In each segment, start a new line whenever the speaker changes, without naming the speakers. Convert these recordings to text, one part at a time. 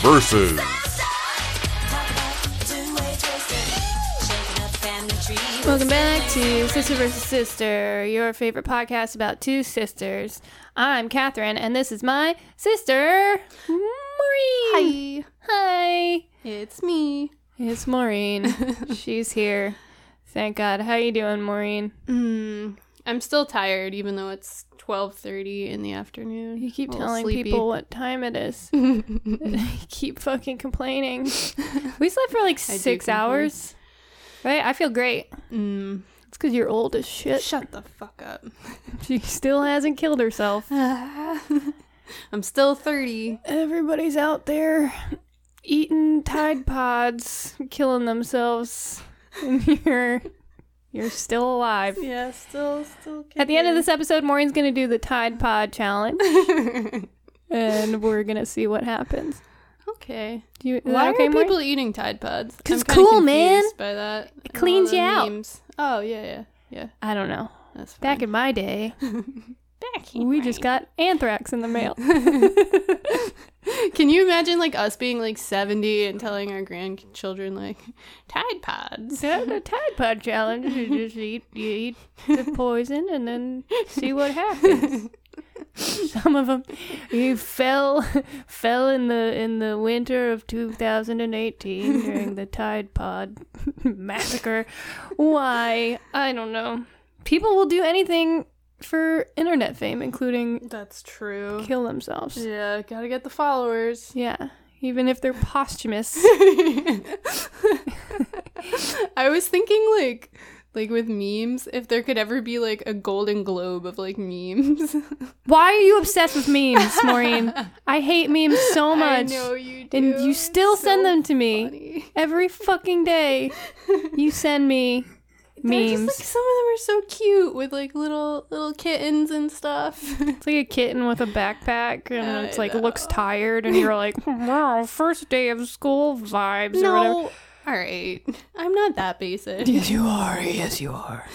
versus
Welcome back to Sister versus Sister, your favorite podcast about two sisters. I'm Catherine, and this is my sister, Maureen.
Hi,
Hi.
it's me.
It's Maureen. She's here. Thank God. How you doing, Maureen?
Mm, I'm still tired, even though it's 12:30 in the afternoon.
You keep
A little
telling
sleepy.
people what time it is.
I
You keep fucking complaining. We slept for like
do
six
complain.
hours, right? I feel great.
Mm,
It's because you're old as shit.
shut the fuck up.
She still hasn't killed herself.
I'm still 30.
Everybody's out there eating Tide Pods, killing themselves, and you're you're still alive.
Yeah, still, still.
At the end of this episode, Maureen's gonna do the Tide Pod challenge,
this.
and we're gonna see what happens.
okay.
Do you, is that
Why
okay,
are
Maureen?
people eating Tide Pods?
'Cause
I'm kinda
cool, man.
confused By that, it
cleans you out.
Oh yeah, yeah, yeah.
I don't know.
That's fine.
Back in my day,
back.
we just got anthrax in the mail.
Can you imagine like us being like 70 and telling our grandchildren like Tide Pods?
Yeah, the Tide Pod challenge. You just eat, you eat the poison and then see what happens. Some of them, you fell, fell in the in the winter of 2018 during the Tide Pod massacre. Why? I don't know. People will do anything for internet fame, including
That's true.
kill themselves.
Yeah, gotta get the followers.
Yeah, even if they're posthumous.
I was thinking like like with memes, if there could ever be like a golden globe of like memes.
Why are you obsessed with memes, Maureen? I hate memes so much.
I know you do.
And you still
So
send them to me
funny.
every fucking day. You send me
They're just,
memes.
like, some of them are so cute with like little little kittens and stuff.
it's like a kitten with a backpack, and
I
it's like
know.
looks tired, and you're like, wow, first day of school vibes or whatever.
No. All right. I'm not that basic.
Yes, you are. Yes, you are.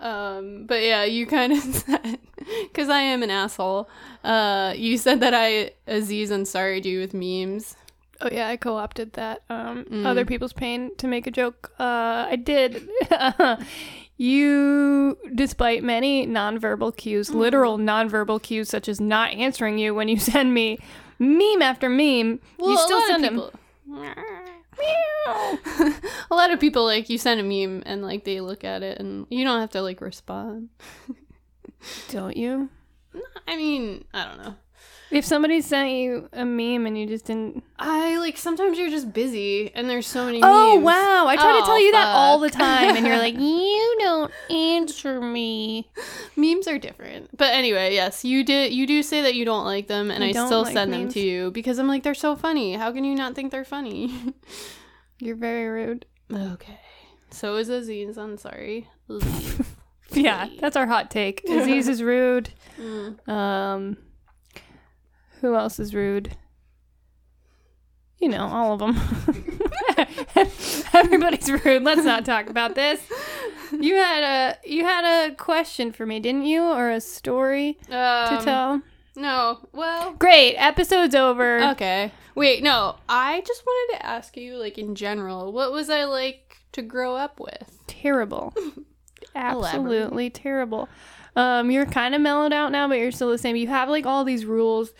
Um, but yeah, you kind of said, because I am an asshole. Uh, you said that I Aziz Ansari do with memes.
Oh yeah, I co-opted that um,
Mm.
other people's pain to make a joke. Uh, I did. you, despite many nonverbal cues, literal nonverbal cues such as not answering you when you send me meme after meme, you
a
still
lot of
send them.
people- a lot of people like you send a meme and like they look at it and you don't have to like respond.
Don't you?
I mean, I don't know.
If somebody sent you a meme and you just didn't.
I like sometimes you're just busy and there's so many.
Oh
memes.
wow! I try to
Oh,
tell you that all the
fuck.
time, and you're like, you don't answer me.
memes are different but anyway yes you did you do say that you don't like them and
I
i,
don't
still
like
send
memes.
them to you because i'm like they're so funny how can you not think they're funny
You're very rude.
okay so is aziz i'm sorry
Yeah, that's our hot take. Aziz is rude.
Mm.
Um, who else is rude? You know, all of them. Everybody's rude. Let's not talk about this. You had a you had a question for me, didn't you, or a story to
Um,
tell?
no well
Great, episode's over.
okay wait no i just wanted to ask you like in general what was i like to grow up with
terrible. Absolutely terrible. Um, you're kind of mellowed out now, but you're still the same. You have like all these rules.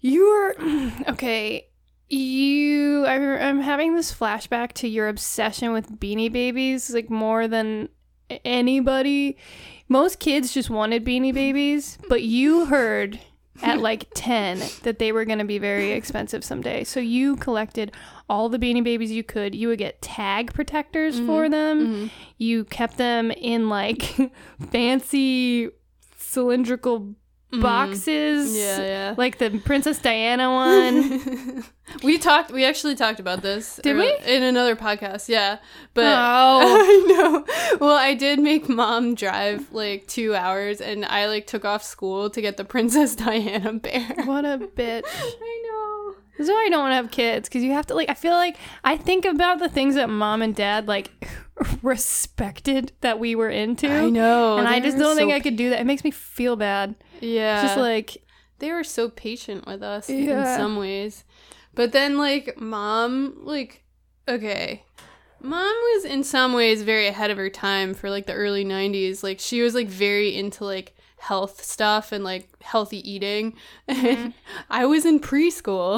You're okay. You, I, re- I'm having this flashback to your obsession with Beanie Babies, like more than a- anybody. Most kids just wanted Beanie Babies, but you heard at like 10 that they were going to be very expensive someday. So you collected all the Beanie Babies you could. You would get tag protectors
Mm-hmm.
for them you kept them in like fancy cylindrical boxes
Mm-hmm. yeah
like the princess diana one
yeah we talked we actually talked about this
Did
ear-
we?
in another podcast yeah but
oh
I know. Well, I did make mom drive like two hours, and I like took off school to get the Princess Diana bear.
what a bitch
I
this is why i don't want to have kids because you have to like i feel like i think about the things that mom and dad like respected that we were into
know. I know.
and i
they
just
were
don't think
Oh, so Uh,
i could do that it makes me feel bad
pa- Yeah.
just like
they were so patient with us in
Yeah.
some ways. But then like mom like okay. Mom was in some ways very ahead of her time for like the early 90s. Like she was like very into like health stuff and like healthy eating. And I was in preschool.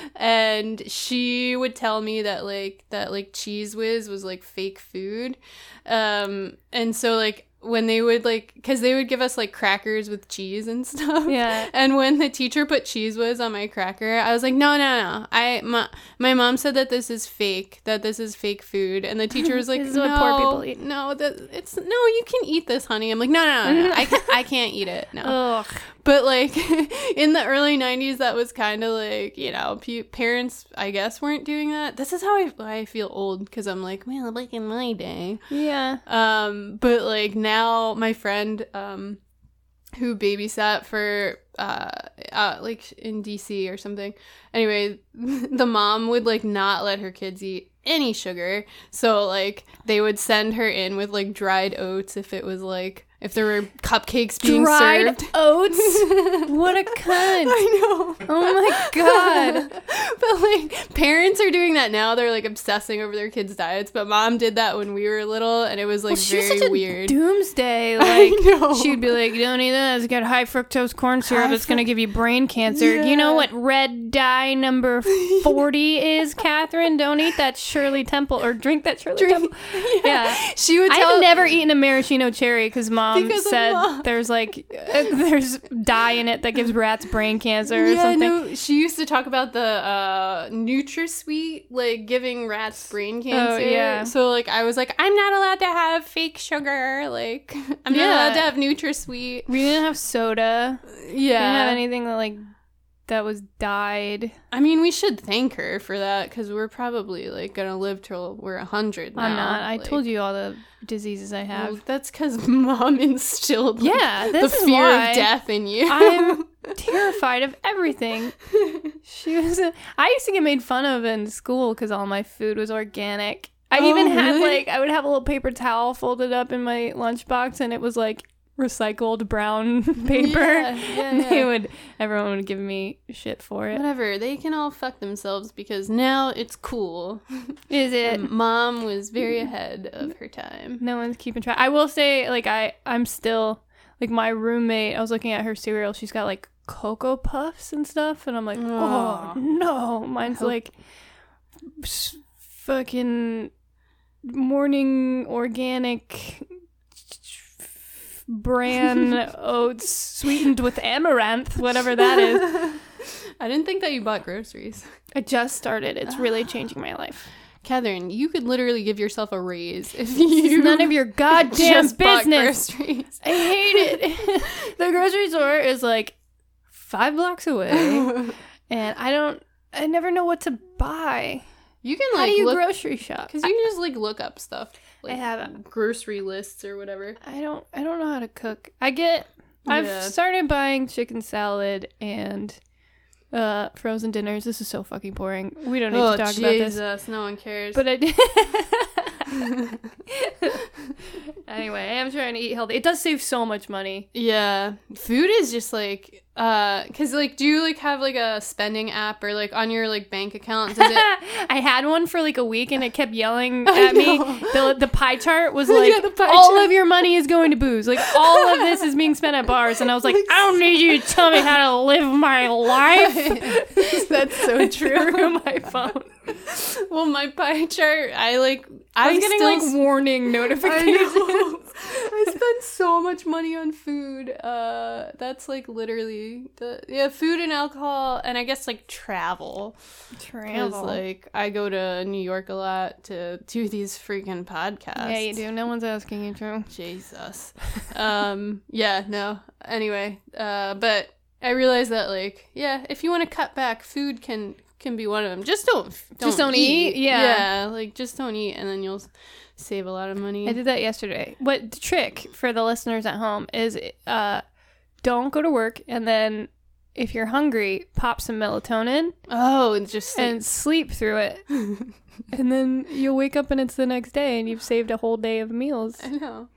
and she would tell me that like that like cheese whiz was like fake food. Um and so like when they would like cuz they would give us like crackers with cheese and stuff.
Yeah.
And when the teacher put cheese whiz on my cracker, I was like, "No, no, no. I my, my mom said that this is fake, that this is fake food." And the teacher was like,
This is
"No.
what poor people eat."
No, that it's no, you can eat this, honey." I'm like, "No, no, no. no. I can't, I can't eat it." No.
Ugh.
But like in the early '90s, that was kind of like you know p- parents, I guess, weren't doing that. This is how I, why I feel old because I'm like, well, back in my day.
Yeah.
Um, but like now, my friend, um, who babysat for uh, uh like in DC or something. Anyway, the mom would like not let her kids eat any sugar, so like they would send her in with like dried oats if it was like. If there were cupcakes being
Dried
served,
oats. what a cunt.
I know.
Oh my god.
but like parents are doing that now. They're like obsessing over their kids' diets. But mom did that when we were little, and it was like
Well, she was
very
such a
weird.
doomsday.
I
Like
know.
she'd be like, "Don't eat that. It's got high fructose corn syrup.
High
It's gonna give you brain cancer." You know
Yeah.
what red dye number forty is, Catherine? Don't eat that Shirley Temple or drink that Shirley Temple. Yeah.
she would tell.
I've never eaten a maraschino cherry because mom
Because of
said
Mom.
there's like uh, there's dye in it that gives rats brain cancer or
yeah,
something.
no. She used to talk about the uh, NutraSweet, like giving rats brain cancer.
Oh, yeah.
So like, I was like, I'm not allowed to have fake sugar. Like, I'm
Yeah.
not allowed to have NutraSweet.
We didn't have soda. We didn't have
Yeah.
anything that like that was dyed.
I mean, we should thank her for that because we're probably like gonna live till we're a hundred.
I'm not. I told you all the diseases I have.
Well, that's because mom instilled like,
yeah,
the
this is
fear
why
of death in you.
I'm terrified of everything. She was. A, I used to get made fun of in school because all my food was organic. I
Oh,
even had
really?
like I would have a little paper towel folded up in my lunchbox, and it was like recycled brown paper.
Yeah, yeah,
And they
yeah.
would. Everyone would give me shit for it.
Whatever, they can all fuck themselves because now it's cool.
Is it?
Um, Mom was very
Mm.
ahead of her time.
No one's keeping track. I will say, like I, I'm still like my roommate. I was looking at her cereal. She's got like cocoa puffs and stuff, and I'm like, oh,
Aw.
no, mine's
Hope-
like s- fucking morning organic bran oats sweetened with amaranth, whatever that is.
I didn't think that you bought groceries.
I just started. It's really changing my life.
Catherine, you could literally give yourself a raise if you
None of your goddamn
just bought
business.
groceries.
I hate it. the grocery store is like five blocks away, and I don't. I never know what to buy.
you can
How
like
do you
look
grocery shop?
because you can just like look up stuff.
I
Like,
haven't.
grocery lists or whatever.
I don't. I don't know how to cook. I get.
Yeah.
I've started buying chicken salad and uh frozen dinners. This is so fucking boring. We don't need
Oh,
to talk about this.
no one cares.
But uh, I did. anyway, I am trying to eat healthy. It does save so much money.
Yeah, food is just like uh, cause like, do you like have like a spending app or like on your like bank account? Does it?
I had one for like a week and it kept yelling at me.
know.
The, the pie chart was like,
the pie
all
chart.
of your money is going to booze. Like, all of this is being spent at bars. And I was like, I don't need you to tell me how to live my life.
That's so
Through my phone.
well, my pie chart, I like,
I was getting
still
like
s-
warning
I
notifications.
know. I spend so much money on food. Uh, that's like literally the yeah, food and alcohol, and I guess like travel. Because
Travel.
like I go to New York a lot to do these freaking podcasts.
yeah, you do. No one's asking you to.
Jesus. um yeah, no. Anyway, uh but I realize that like yeah, if you want to cut back, food can can be one of them. Just don't, don't
Just don't eat, yeah.
Yeah, like just don't eat and then you'll s- save a lot of money.
I did that yesterday. What the trick for the listeners at home is uh, don't go to work and then if you're hungry, pop some melatonin
oh, and just like,
and sleep through it. and then you'll wake up and it's the next day and you've saved a whole day of meals.
I know.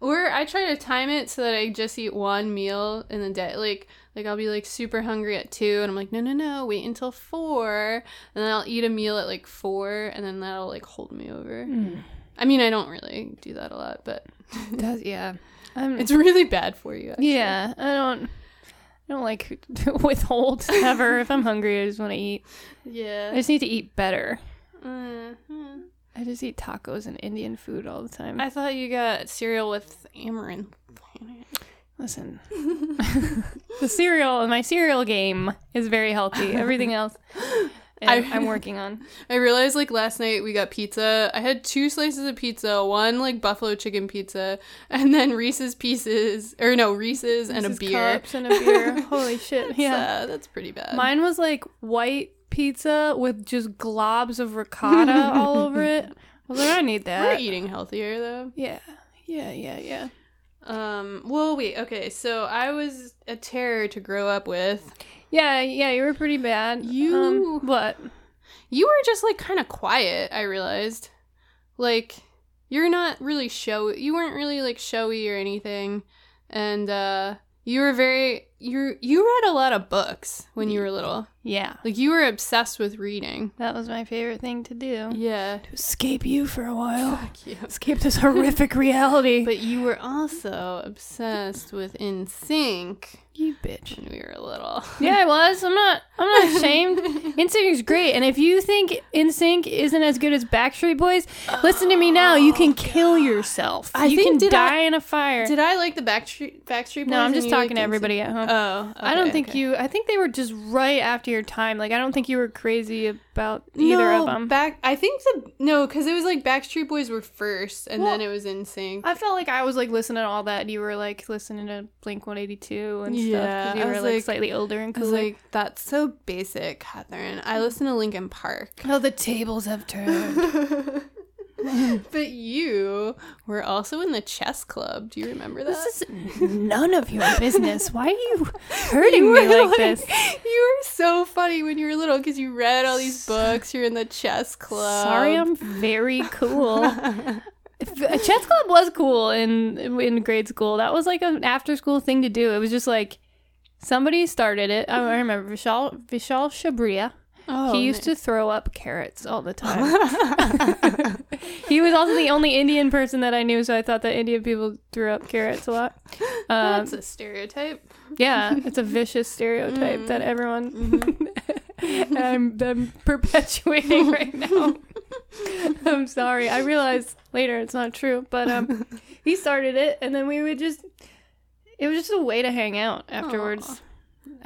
Or I try to time it so that I just eat one meal in the day. Like Like I'll be like super hungry at two, and I'm like, no, no, no, wait until four, and then I'll eat a meal at like four, and then that'll like hold me over.
Mm.
I mean, I don't really do that a lot, but
Does yeah. I'm,
it's really bad for you. actually.
yeah. I don't. I don't like to withhold ever. if I'm hungry, I just want to eat. I
yeah.
just need to eat better.
Uh, yeah.
I just eat tacos and Indian food all the time.
I thought you got cereal with amaranth. in
Listen,
it.
the cereal, my cereal game is very healthy. Everything else, I,
I-
I'm working on.
I realized like last night we got pizza. I had two slices of pizza, one like buffalo chicken pizza, and then Reese's pieces, or no Reese's, and a
Reese's
beer.
Cups and a beer. Holy shit!
Yeah,
Yeah,
that's pretty bad.
mine was like white pizza with just globs of ricotta all over it. I was like, I need
We're
that.
eating healthier though.
Yeah, yeah, yeah, yeah.
Um. Well, wait. Okay. So I was a terror to grow up with.
Yeah, yeah, you were pretty bad.
You-
um, what?
You were just like kind of quiet. I realized, like, you're not really showy. You weren't really like showy or anything, and uh, you were very you. You read a lot of books when you were little.
Yeah,
Like you were obsessed with reading.
that was my favorite thing to do.
Yeah.
To escape you for a while.
Fuck you.
Escape this horrific reality.
But you were also obsessed with In Sync
you bitch.
when we were little.
Yeah, I was. I'm not. I'm not ashamed. NSYNC is great, and if you think NSYNC isn't as good as Backstreet Boys, listen to me now. You can kill yourself.
Oh, I
you
think-
can
did I-
die in a fire.
Did I like the Backstreet Backstreet Boys?
no, I'm
and
just
you
talking
liked
to
NSYNC?
everybody at home.
Oh,
I don't think you. I think they were just right after your time. Like I don't think you were crazy about either
no,
of them.
Back, I think the no, because it was like Backstreet Boys were first, and
Well,
then it was In Sync.
I felt like I was like listening to all that. and You were like listening to Blink 182 and
Yeah,
stuff. 'cause
I
You were
was,
like,
like-
slightly older and
I was
cooler.
like, that's so basic, Catherine. I listen to Linkin Park.
oh, the tables have turned.
but you were also in the chess club. Do you remember that?
this is none of your business. Why are you hurting me
were,
like, this?
You were so funny when you were little because you read all these books. You're in the chess club.
Sorry, I'm very cool. If- uh, Chess club was cool in in grade school. That was like an after school thing to do. It was just like somebody started it. I I remember Vishal Vishal Shabria.
Oh,
he used to throw up carrots all the time. he was also the only Indian person that I knew, so I thought that Indian people threw up carrots a lot. Um,
That's a stereotype.
yeah, it's a vicious stereotype that
Mm.
everyone
Mm-hmm.
I'm, I'm perpetuating right now. I'm sorry. I realized later it's not true, but um, he started it, and then we would just. It was just a way to hang out afterwards.
Aw.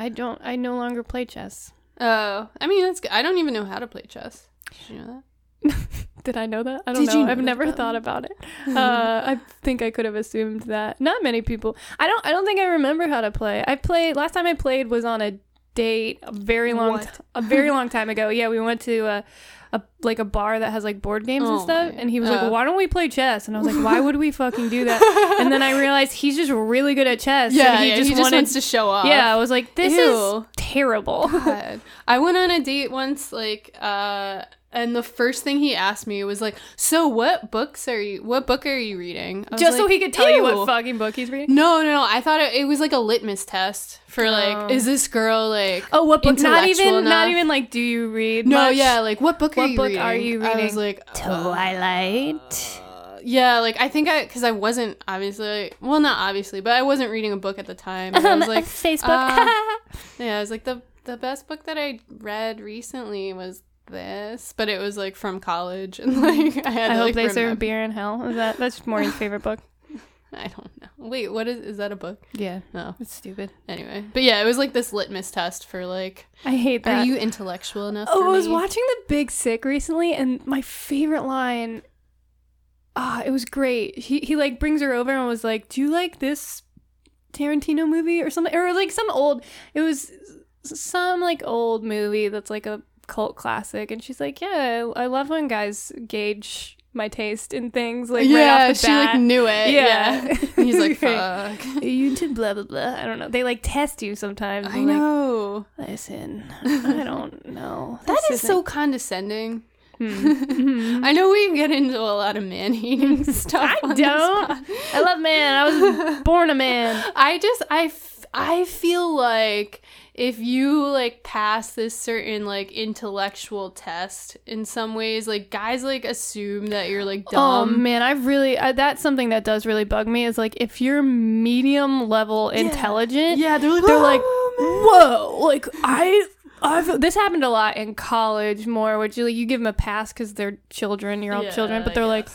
I don't. I no longer play chess.
Oh, I mean that's. Good. I don't even know how to play chess. Did you know that?
Did I know that? I don't
Did
know.
you know
I've never
that?
thought about it. Uh, I think I could have assumed that. Not many people. I don't. I don't think I remember how to play. I played last time I played was on a date a very long,
What?
t- a very long time ago. Yeah, we went to a, a like a bar that has like board games and
Oh,
stuff,
yeah.
and he was like,
Oh.
"Why don't we play chess?" And I was like, "Why would we fucking do that?" And then I realized he's just really good at chess. and he just wanted.
wants to show off.
yeah, I was like, "This is
Ew.
terrible."
God. I went on a date once, like, uh, and the first thing he asked me was like, "So, what books are you? What book are you reading?" I was
just so
like,
he could tell you
"Ew."
what fucking book he's reading.
No, no, no. I thought it, it was like a litmus test for like,
Oh.
is this girl like?
Oh, what book? Not
intellectual
even, not
enough?
even like, do you read?
No,
much?
yeah, like what book are
What
you
book
reading?
are you
I was
reading?
like, uh,
Twilight.
yeah, like I think I because I wasn't obviously well, not obviously, but I wasn't reading a book at the time. and I was like,
Facebook.
uh, yeah, I was like the the best book that I read recently was this, but it was like from college and like I had
I
to,
hope
like,
they serve
remember-
beer in hell. Is that that's Maureen's favorite book?
I don't know. Wait, what is is that a book?
Yeah,
No.
it's stupid.
Anyway, but yeah, it was like this litmus test for like,
I hate
are
that.
you intellectual enough?
oh,
for
I was
me?
watching The Big Sick recently, and my favorite line. Ah, it was great. He he like brings her over and was like, "Do you like this Tarantino movie or something?" Or like some old. It was s- some like old movie that's like a cult classic, and she's like, "Yeah, I I love when guys gauge my taste in things like
yeah,
right off the
she
bat."
like knew it.
Yeah.
Yeah, And he's like,
Right.
fuck.
you did blah blah blah. I don't know. They like test you sometimes.
I
I'm like,
know.
Listen, I don't know.
That
This
is so
isn't-
condescending.
Hmm.
I know we get into a lot of man hating stuff.
I
on this
don't.
pod.
I love man. I was born a man.
I just I f- I feel like if you like pass this certain like intellectual test in some ways, like guys like assume that you're like dumb.
Oh man, I really I, that's something that does really bug me is like if you're medium level intelligent,
yeah, they're like,
they're like,
"Oh,
whoa, like I. I've, this happened a lot in college more, which you, like, you give them a pass because they're children, year old
Yeah,
children,
I
but they're like,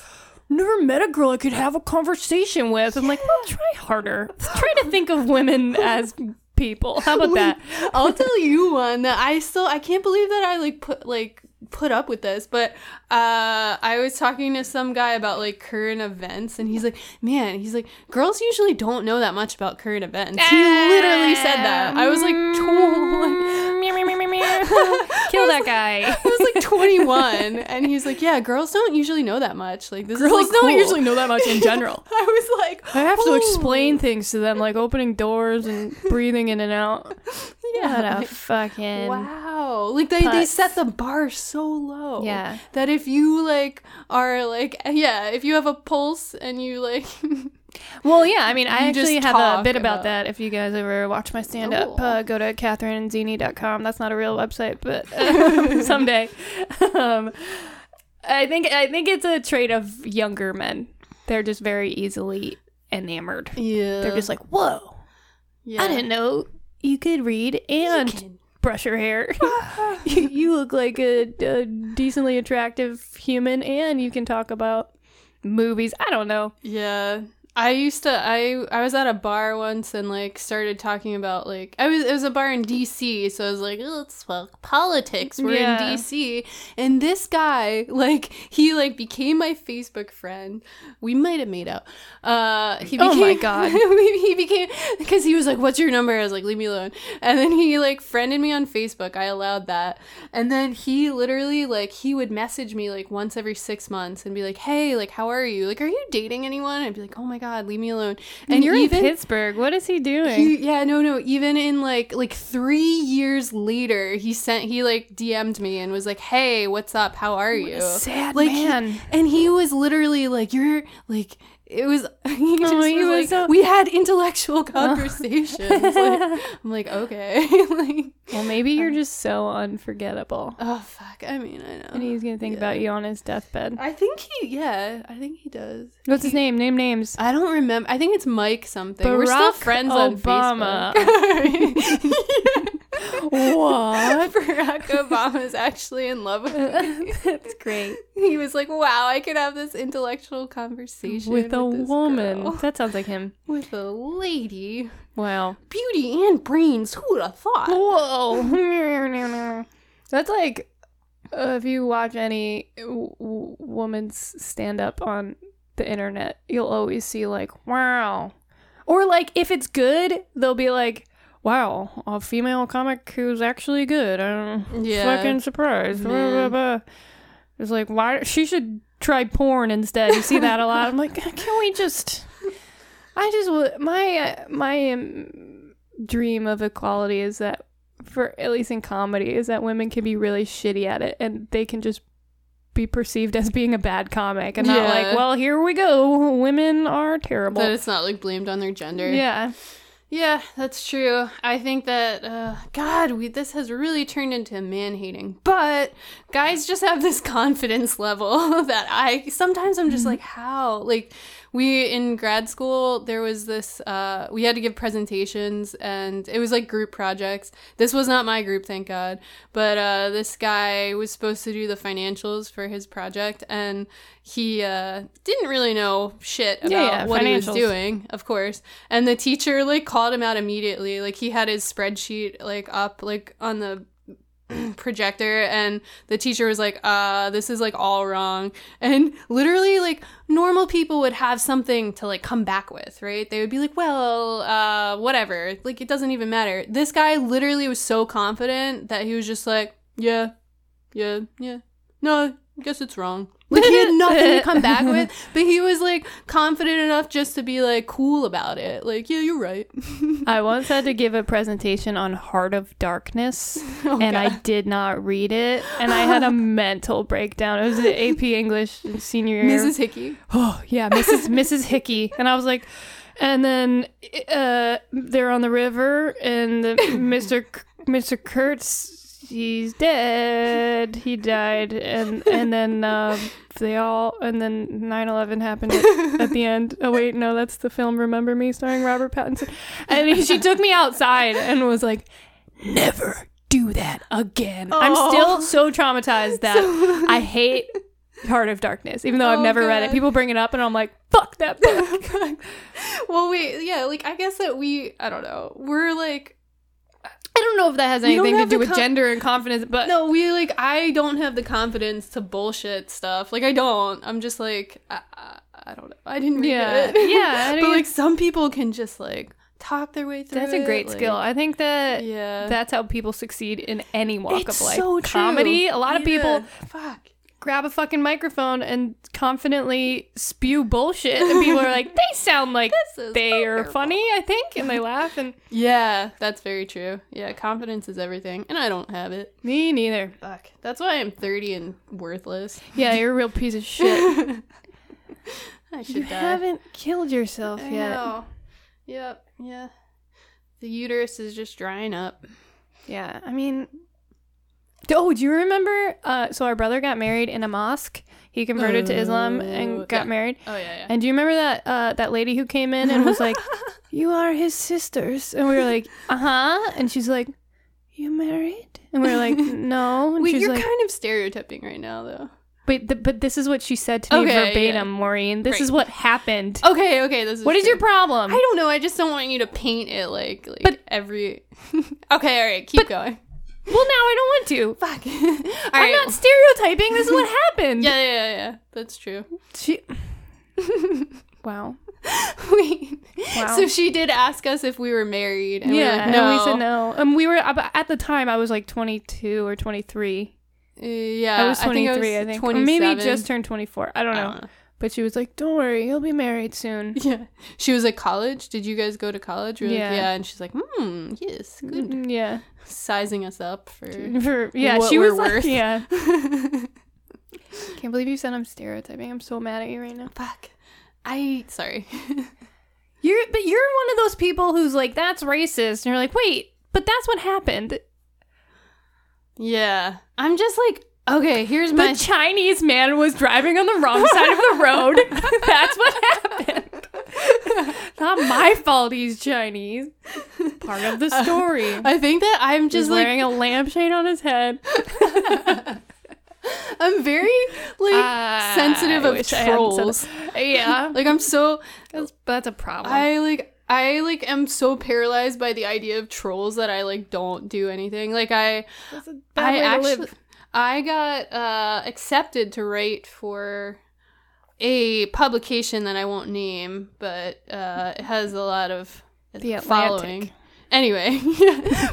never met a girl I could have a conversation with. I'm like, well, try harder. try to think of women as people. How about that?
I'll tell you one that I still I can't believe that I like put like put up with this, but uh I was talking to some guy about like current events and he's like, Man, he's like, girls usually don't know that much about current events. He literally said that. I was like tw-
Kill that guy.
I was like 21, and he's like, "Yeah, girls don't usually know that much. Like, this is like, cool."
know that much in general.
I was like,
I have to
"Oh,
explain things to them, like opening doors and breathing in and out. What
Yeah,
a
like,
fucking.
Wow. Like they, they
putts.
set the bar so low.
Yeah.
That if you like are like yeah, if you have a pulse and you like
Well, yeah, I mean, I
You just
actually have a
talk
bit about,
about-
that. If you guys ever watch my stand up,
Oh.
uh, go to katherineandzini.com. That's not a real website, but um, someday. Um, I think I think it's a trait of younger men. They're just very easily enamored.
Yeah.
They're just like, "Whoa,
yeah.
I didn't know you could read and brush your hair. you, you look like a, a decently attractive human, and you can talk about movies. I don't know.
Yeah. I used to I I was at a bar once and like started talking about like I was it was a bar in DC so I was like "Oh, let's talk politics we're
Yeah.
in DC and this guy like he like became my Facebook friend we might have made out uh he
Oh
became,
my God.
we- he became because he was like what's your number I was like leave me alone and then he like friended me on Facebook I allowed that and then he literally like he would message me like once every six months and be like, "Hey, like how are you? Like are you dating anyone?" I'd be like, "Oh my god, leave me alone."
And you're in Pittsburgh. What is he doing?
he, yeah, no, no. Even in like like three years later, he sent he like DM'd me and was like, "Hey, what's up? How are you?"
sad
like he-
man.
and he was literally like, "You're like." It was he just
he
was
was
like,
so- Oh.
we had intellectual conversations. like, I'm like, okay, like,
well, maybe
Um,
you're just so unforgettable,
oh fuck. I mean, I know.
and he's gonna think about you on his deathbed.
I think he, yeah, I think he does.
What's his name? Name names.
I don't remember. I think it's Mike something. We're
Barack
still friends on
Obama.
Facebook.
What?
Barack Obama is actually in love with me.
That's great.
He was like, "Wow, I could have this intellectual conversation
With a
this
woman.
girl.
That sounds like him.
with a lady,
Wow.
beauty and brains. Who'd have
Oh.
thought?"
Whoa. That's like uh, if you watch any w- w- woman's stand up on the internet, you'll always see like, wow. Or like if it's good, they'll be like, wow, a female comic who's actually good. I'm
Yeah.
fucking surprised. Blah,
Man.
blah, blah. It's like, why? She should try porn instead. You see that a lot. I'm like, can we just. I just would my uh, my um, dream of equality is that for at least in comedy is that women can be really shitty at it and they can just be perceived as being a bad comic and not
Yeah.
like well here we go women are terrible
That it's not like blamed on their gender.
yeah
Yeah, that's true. I think that uh, God, we this has really turned into man hating. But guys just have this confidence level that I sometimes I'm
Mm-hmm.
just like, how? Like we in grad school, there was this. Uh, we had to give presentations, and it was like group projects. This was not my group, thank God. But uh, this guy was supposed to do the financials for his project, and he uh, didn't really know shit about
Yeah, yeah,
what he was
financials.
doing doing, of course. And the teacher like called him out immediately. Like he had his spreadsheet like up like on the projector and the teacher was like, "Uh, this is like all wrong." And literally like normal people would have something to like come back with, right? They would be like, "Well, uh, whatever." Like it doesn't even matter. This guy literally was so confident that he was just like, "Yeah. Yeah. Yeah. No, I guess it's wrong." Like he had nothing to come back with, but he was like confident enough just to be like cool about it. Like, yeah, you're right.
i once had to give a presentation on heart of darkness
Oh,
and I
God.
did not read it, and I had a mental breakdown. It was an AP English senior year.
Mrs. Hickey.
Oh yeah, Mrs. Mrs. Hickey, and I was like, And then uh, they're on the river, and the, Mr. K- Mr. Kurtz, he's dead. He died, and and then um, they all, and then 9/11 happened at, at the end. Oh wait, no, that's the film Remember Me, starring Robert Pattinson. And he- she took me outside and was like, "Never do that again." I'm
Oh.
still so traumatized that
So-
I hate Heart of Darkness, even though I've
Oh,
never read it.
God.
People bring it up, and I'm like, "Fuck that book."
well, wait, yeah, like I guess that we, I don't know, we're like,
I don't know if that has
You don't
anything to
have
do
the
with
con-
gender and confidence, but
no, we like, I don't have the confidence to bullshit stuff. Like, I don't. I'm just like, I, I, I don't know. I didn't read
Yeah.
it.
Yeah, I
but
mean-
like, some people can just like talk their way through.
that's a great
it, like-
skill. I think that
Yeah.
that's how people succeed in any walk
It's
of life.
so true.
Comedy. A lot of people
Yeah. Fuck.
grab a fucking microphone and confidently spew bullshit, and people are like, "They sound like
This is
they are
wonderful."
funny," I think, and they laugh. And
Yeah, that's very true. Yeah, confidence is everything, and I don't have it.
me neither.
Fuck. That's why I'm 30 and worthless.
Yeah, you're a real piece of shit.
I should
you
die.
haven't killed yourself
I
yet.
know. Yep. Yeah. The uterus is just drying up.
Yeah, I mean, oh, do you remember? Uh, so our brother got married in a mosque. He converted to Islam
Oh,
and got
yeah.
married.
Oh yeah, yeah.
And do you remember that uh, that lady who came in and was like, "You are his sisters," and we were like, "Uh huh," and she's like, "You married?" And we were like, "No." And
Wait,
she's
you're
like,
kind of stereotyping right now, though.
"But th- but this is what she said to me
Okay, yeah.
verbatim, Maureen. This
Right.
is what happened.
Okay, okay. This is
what is your problem?"
I don't know. I just don't want you to paint it like like every. okay, all right. Keep going.
well, now I don't want to.
Fuck. all right.
I'm not stereotyping. This is what happened.
yeah, yeah, yeah, yeah. That's true.
She. wow.
Wait.
Wow.
So she did ask us if we were married. And
yeah,
we were
and
like,
we said
no.
no. And we were ab- at the time I was like 22 or 23.
Uh, yeah,
I was Uh. 23, I think. Or maybe
27.
just turned 24. I don't know.
I don't know.
But she was like, "Don't worry, you'll be married soon."
Yeah. She was like, college? Did you guys go to college? We were like,
Yeah.
yeah. And she's like, hmm, yes, good.
Mm, Yeah.
Sizing us up for.
For- yeah,
What
she
we're
was like,
worth.
yeah. Can't believe you said I'm stereotyping. I'm so mad at you right now.
Fuck. I. Sorry.
You're but you're one of those people who's like, "That's racist." And you're like, "Wait, but that's what happened."
yeah. I'm just like, okay, here's my.
The Chinese man was driving on the wrong side of the road. That's what happened. Not my fault he's Chinese. Part of the story.
Uh, I think that I'm
He's
just like.
wearing a lampshade on his head.
I'm very, like,
Ah,
sensitive
I
of
wish I hadn't said
trolls.
Yeah.
Like, I'm so.
That's, that's a problem.
I like I like am so paralyzed by the idea of trolls that I like don't do anything. Like I
that's a
I actually I got uh accepted to write for a publication that I won't name, but uh it has a lot of
The Atlantic.
following. Anyway,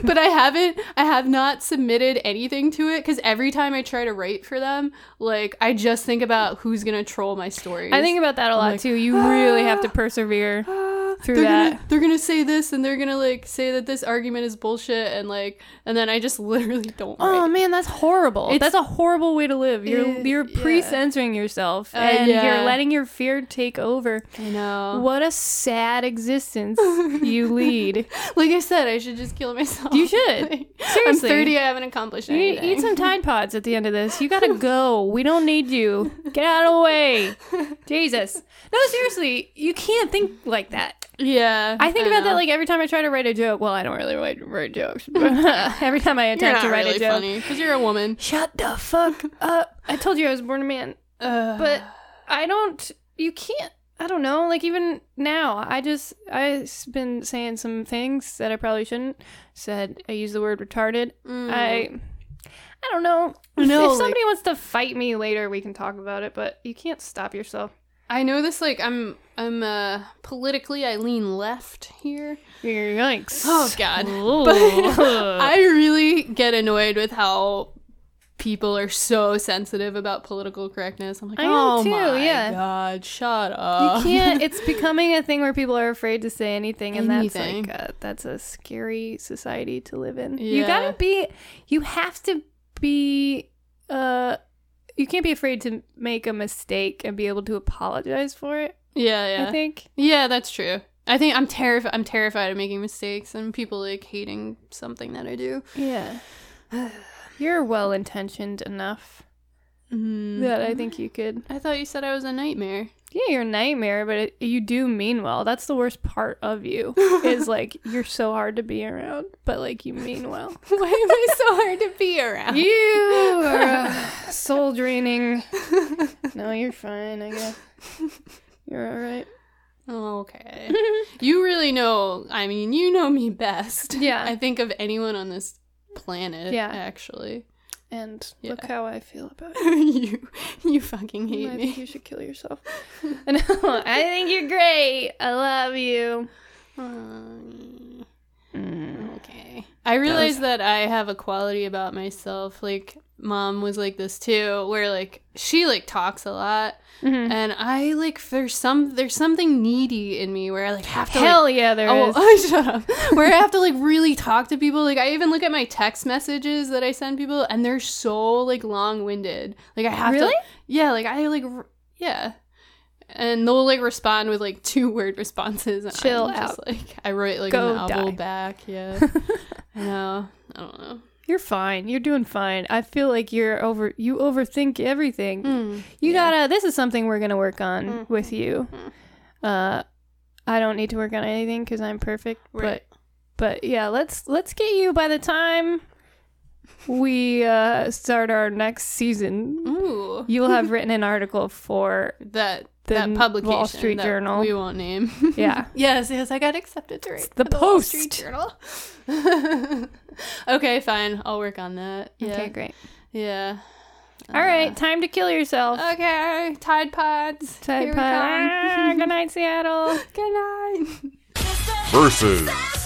but I haven't I have not submitted anything to it cuz every time I try to write for them, like I just think about who's going to troll my stories.
I think about that a lot
like,
too. You really have to persevere. through
through
that.
Gonna, they're gonna say this and they're gonna like say that this argument is bullshit and like and then I just literally don't.
Oh
write.
man, that's horrible.
It's-
that's a horrible way to live. You're
Uh,
you're
yeah.
pre-censoring yourself
Uh,
and you're
yeah.
letting your fear take over.
I know.
What a sad existence you lead.
Like I said, I should just kill myself.
You should.
Like,
Seriously.
I'm 30. I haven't accomplished
You need
anything.
to eat some Tide Pods at the end of this. You gotta go. We don't need you. Get out of the way. Jesus. No, seriously, you can't think like that.
Yeah.
I think about
know.
that like every time I try to write a joke. Well, I don't really write, write jokes. but every time I
you're
attempt
not
to write
really
a joke.
funny because you're a woman.
Shut the fuck up. I told you I was born a man.
Uh,
But I don't, you can't, I don't know. Like, even now, I just, I've been saying some things that I probably shouldn't. Said, I use the word retarded.
mm.
I, Mm-hmm. I don't know.
No,
if
like-
somebody wants to fight me later, we can talk about it, but you can't stop yourself.
I know this. Like I'm I'm uh politically I lean left here.
Yikes.
Oh, God. But
But
I really get annoyed with how people are so sensitive about political correctness. I'm like,
I am
oh
too,
my
yeah.
god, shut
you
up.
can't, it's becoming a thing where people are afraid to say anything, and
Anything.
that's like, a, that's a scary society to live in. You gotta
Yeah.
be, you have to be, uh, you can't be afraid to make a mistake and be able to apologize for it,
yeah, yeah,
I think.
yeah. That's true. I think I'm terrified. I'm terrified of making mistakes and people like hating something that I do.
Yeah. You're well intentioned enough
Mm.
that I think you could.
I thought you said I was a nightmare.
Yeah, you're a nightmare, but it, you do mean well. That's the worst part of you is like you're so hard to be around, but like you mean well.
Why am I so hard to be around?
You are uh, soul draining. No, you're fine, I guess. You're all right.
Oh, okay. you really know. I mean, you know me best.
Yeah.
I think of anyone on this planet.
Yeah.
Actually,
And
Yeah.
look how I feel about you.
you you fucking hate
I
me.
think you should kill yourself. no, I think you're great. I love you.
Um,
Mm.
Okay. I realize that I have a quality about myself. Like mom was like this too, where like she like talks a lot,
Mhm.
and I like there's some there's something needy in me where I like have to. like,
Hell yeah, there
Oh,
is.
shut up. Where I have to like really talk to people. Like I even look at my text messages that I send people and they're so like long-winded. Like I have
Really?
to Yeah, like I like r- yeah. And they'll like respond with like two word responses. And
Chill
I'm just, like I write like
Go
a novel
die.
back. Yeah. I know. I don't know.
You're fine. You're doing fine. I feel like you're over. You overthink everything. You
Hmm. yeah.
gotta. This is something we're gonna work on
Mhm.
with you.
Mhm.
Uh, I don't need to work on anything because I'm perfect.
Right.
But but yeah, let's let's get you by the time we uh, start our next
Hmm.
season.
Ooh.
You'll have written an article for
that
The
that publication
Wall Street
that
Journal.
we won't name.
Yeah.
yes, yes, I got accepted to write
the
for Wall Street
Post.
Journal. okay, fine. I'll work on that. Yeah.
Okay, great.
Yeah.
All right, time to kill yourself.
Okay, Tide Pods.
Tide
Here we
pod. Ah,
come.
good night, Seattle.
Good night.
versus.